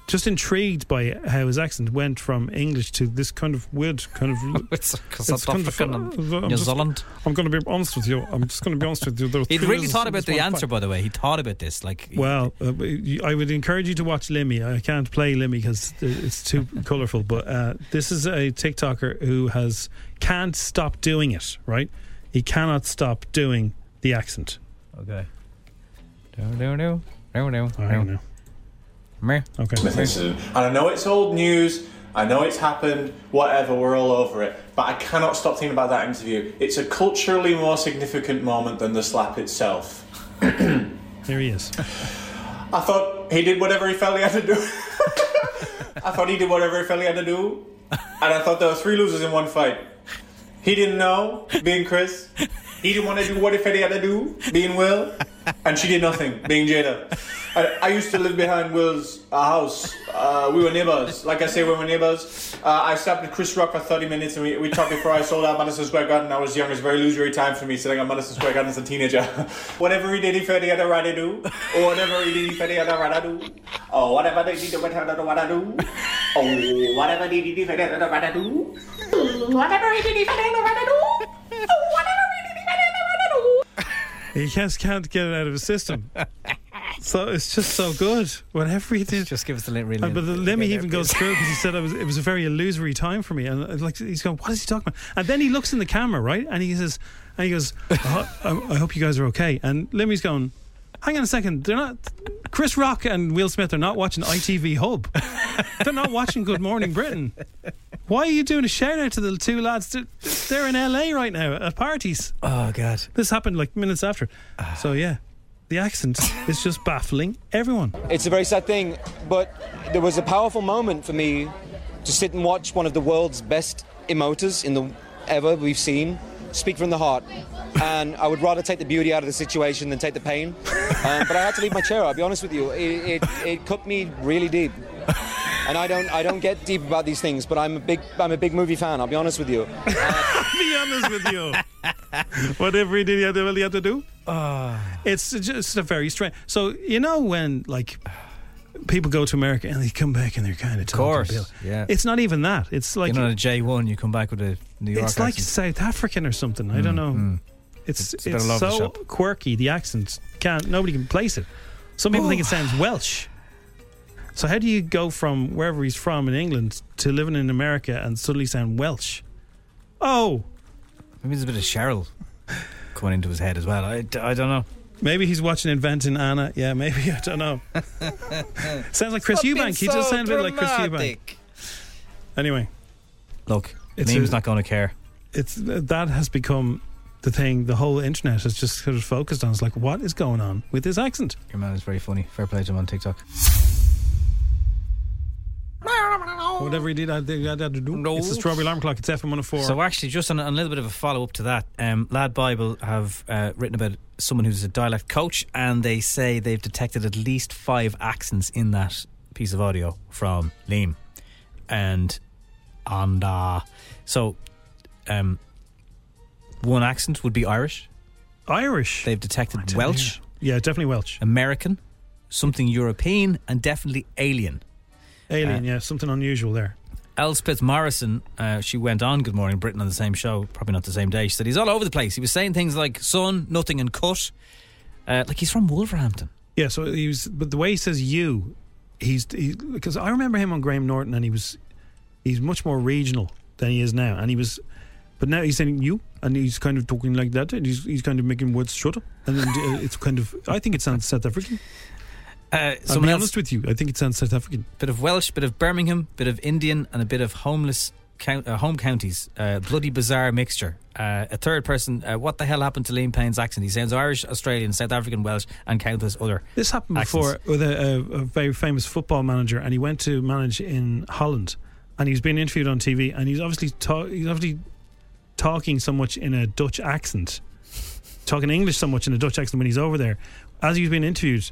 just intrigued by how his accent went from English to this kind of weird kind of. it's kind African of- and I'm New just- Zealand. I'm going to be honest with you. I'm just going to be honest with you. There were He'd three really losers thought in about this the one answer, fight. by the way. He thought about this. Like, Well, uh, you- I would encourage you to watch Limmy. I can't play Limmy because it's too colourful. But uh, this is a TikToker who has can't stop doing it. Right, he cannot stop doing the accent. okay. No, no, no, no, no, no. Smith incident. And I know it's old news, I know it's happened, whatever, we're all over it, but I cannot stop thinking about that interview. It's a culturally more significant moment than the slap itself. Here he is. I thought he did whatever he felt he had to do. I thought he did whatever he felt he had to do. And I thought there were three losers in one fight. He didn't know, being Chris. He didn't want to do what he felt he had to do, being Will. And she did nothing, being Jada. I, I used to live behind Will's uh, house. Uh, we were neighbors. Like I say, we were neighbors. Uh, I stopped at Chris Rock for 30 minutes and we, we talked before I sold out Madison Square Garden. I was young. It was a very illusory time for me sitting at Madison Square Garden as a teenager. whatever he did, he felt he had a right to do. Or whatever he did, he felt he had a right to do. Or whatever they did, he felt he had a right to do. Or whatever they did, he felt he had a right to do. Whatever he did, he found the right to do. Whatever he did, he found the right to do. He just can't get it out of his system. So it's just so good. Whatever he did, Uh, just give us the little. but the Lemmy even goes through because he said I was, it was a very illusory time for me, and uh, like he's going, "What is he talking about?" And then he looks in the camera, right, and he says, and he goes, "I ho- "I I hope you guys are okay." And Lemmy's going, "Hang on a second, they're not." Chris Rock and Will Smith are not watching ITV Hub. They're not watching Good Morning Britain. Why are you doing a shout out to the two lads? They're, they're in LA right now at parties. Oh God! This happened like minutes after. So yeah, the accent is just baffling everyone. it's a very sad thing, but there was a powerful moment for me to sit and watch one of the world's best emoters in the ever we've seen speak from the heart. And I would rather take the beauty out of the situation than take the pain. Um, but I had to leave my chair. I'll be honest with you, it, it, it cut me really deep. And I don't I don't get deep about these things, but I'm a big I'm a big movie fan. I'll be honest with you. be honest with you. Whatever he did, he had to, he had to do. It's just a very strange. So you know when like people go to America and they come back and they're kind of Of course, yeah. It's not even that. It's like you know, on a J one, you come back with a New York. it's like accent. Mm, South African or something. I don't know. It's It's it's, a bit all over the so shop. quirky. The accent can't nobody can place it. Some people think Oh. it sounds Welsh. So how do you go from wherever he's from in England to living in America and suddenly sound Welsh? Oh, maybe there's a bit of Cheryl coming into his head as well. I, I don't know. Maybe he's watching Inventing Anna. Yeah, maybe I don't know. sounds like Chris Fucking Eubank. He does so sound a bit like Chris Eubank. dramatic. Anyway, Look, It's Liam's a- not going to care. it's that has become the thing. The whole internet is just sort of focused on. It's like, what is going on with his accent? Your man is very funny. Fair play to him on TikTok. Oh. Whatever he did, I did, I did do. It's the strawberry alarm clock. It's FM 104. So actually, just on a, on a little bit of a follow up to that, um, Lad Bible have uh, written about someone who's a dialect coach, and they say they've detected at least five accents in that piece of audio from Liam, and and uh, so um, one accent would be Irish. Irish. They've detected Welsh. Yeah, definitely Welsh. American. something European, and definitely alien. Uh, Alien, yeah, something unusual there. Elspeth Morrison, uh, she went on Good Morning Britain on the same show, probably not the same day. She said he's all over the place. He was saying things like "son," "nothing," and "cut," uh, like he's from Wolverhampton. Yeah, so he was, but the way he says "you," he's he, because I remember him on Graham Norton, and he was he's much more regional than he is now, and he was, but now he's saying "you," and he's kind of talking like that, and he's he's kind of making words shorter, and then uh, it's kind of I think it sounds South African. Uh, I'll someone be else- honest with you, I think it sounds South African. Bit of Welsh, bit of Birmingham, bit of Indian, and a bit of homeless count, uh, home counties. Uh, bloody bizarre mixture. Uh, a third person. Uh, what the hell happened to Liam Payne's accent? He sounds Irish, Australian, South African, Welsh, and countless other. This happened accents. before with a, a, a very famous football manager, and he went to manage in Holland, and he's been interviewed on TV, and he's obviously ta- he's obviously talking so much in a Dutch accent, talking English so much in a Dutch accent when he's over there. As he's been interviewed,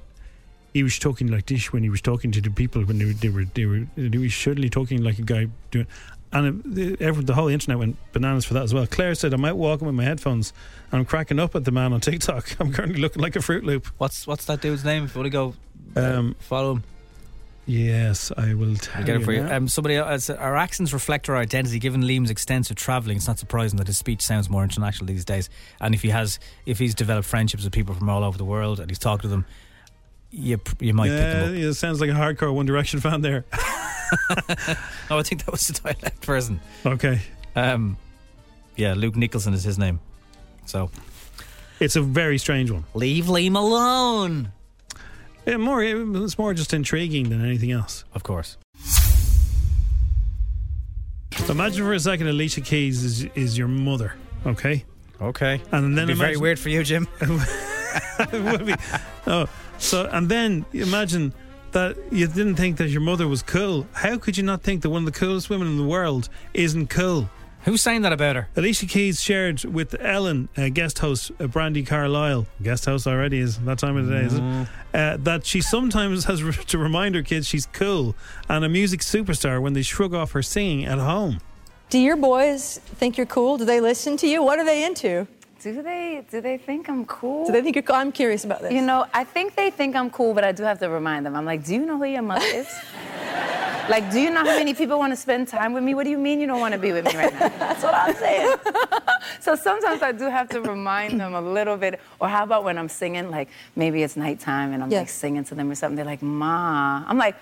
he was talking like this when he was talking to the people when they were they were they were, they were surely talking like a guy doing. And it, the- everyone, the whole internet went bananas for that as well. Claire said, "I'm out walking with my headphones, and I'm cracking up at the man on TikTok. I'm currently looking like a Fruit Loop." What's what's that dude's name? If you want to go uh, um, follow him. Yes, I will tell I'll get it for you. now. Um, somebody else, said, our accents reflect our identity. Given Liam's extensive travelling, it's not surprising that his speech sounds more international these days. And if he has, if he's developed friendships with people from all over the world and he's talked to them, you pr- you might pick yeah, them up. yeah, sounds like a hardcore One Direction fan there. No, Oh, I think that was the dialect person. Okay. Um, yeah, Luke Nicholson is his name. So It's a very strange one. Leave Liam alone. Yeah, more, it's more just intriguing than anything else. Of course. Imagine for a second Alicia Keys is, is your mother, okay? Okay. And then It'd be very imagine- weird for you, Jim. it would be. Oh, so and then imagine that you didn't think that your mother was cool. How could you not think that one of the coolest women in the world isn't cool? Who's saying that about her? Alicia Keys shared with Ellen, uh, guest host uh, Brandy Carlisle. Guest host already is that time of the day, is Mm. it? Uh, that she sometimes has re- to remind her kids she's cool and a music superstar when they shrug off her singing at home. Do your boys think you're cool? Do they listen to you? What are they into? Do they do they think I'm cool? Do they think you're cool? I'm curious about this. You know, I think they think I'm cool, but I do have to remind them. I'm like, do you know who your mother is? like, do you know how many people want to spend time with me? What do you mean you don't want to be with me right now? That's what I'm saying. so sometimes I do have to remind them a little bit. Or how about when I'm singing, like maybe it's nighttime and I'm like singing to them or something. They're like, Ma. I'm like,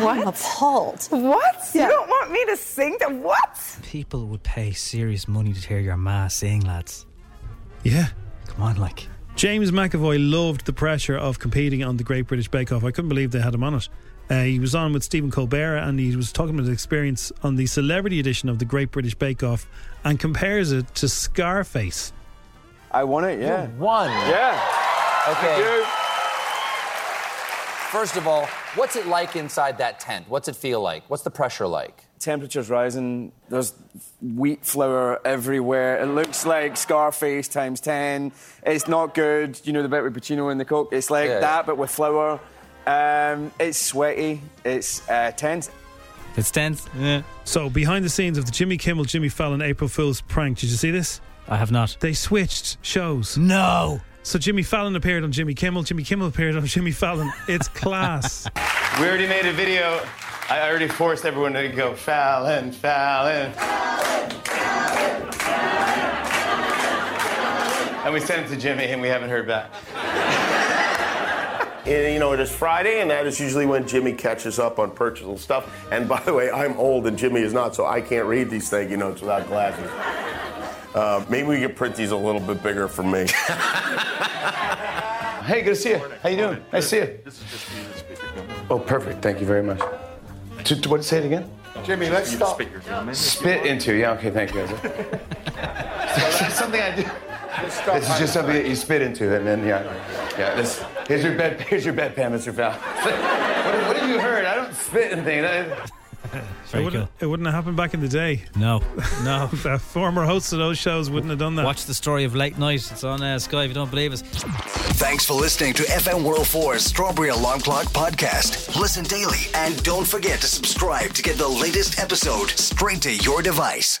what? I'm appalled. What? Yeah. You don't want me to sing to what? People would pay serious money to hear your ma sing, lads. Yeah. Come on, like. James McAvoy loved the pressure of competing on the Great British Bake Off. I couldn't believe they had him on it. Uh, he was on with Stephen Colbert and he was talking about his experience on the celebrity edition of the Great British Bake Off and compares it to Scarface. I won it, yeah. You won. Yeah. Okay. First of all, what's it like inside that tent? What's it feel like? What's the pressure like? Temperature's rising, there's wheat flour everywhere. It looks like Scarface times 10. It's not good. You know the bit with Pacino and the Coke? It's like Yeah, that, but with flour. Um, it's sweaty, it's uh, tense. It's tense. So behind the scenes of the Jimmy Kimmel, Jimmy Fallon April Fool's prank, did you see this? I have not. They switched shows. No. So Jimmy Fallon appeared on Jimmy Kimmel. Jimmy Kimmel appeared on Jimmy Fallon. It's class. We already made a video. I already forced everyone to go Fallon, Fallon. And we sent it to Jimmy, and we haven't heard back. And, you know, it is Friday, and that is usually when Jimmy catches up on personal stuff. And by the way, I'm old and Jimmy is not, so I can't read these thank you notes without glasses. Uh, maybe we could print these a little bit bigger for me. Hey, good to see you. How you doing? Nice to see you. This is just speaker. Oh, perfect. Thank you very much. T- t- What? Say it again. Jimmy, let's stop. Spit into. Yeah. Okay. Thank you. something I do. This is just something that you spit into, and then yeah, yeah. This, here's your bed. Here's your bedpan, Mr. Val. what, what have you heard? I don't spit in things. I- it, wouldn't, it wouldn't have happened back in the day. No, no. the former hosts of those shows wouldn't have done that. Watch the story of late night. It's on uh, Sky if you don't believe us. Thanks for listening to FM 104's Strawberry Alarm Clock podcast. Listen daily and don't forget to subscribe to get the latest episode straight to your device.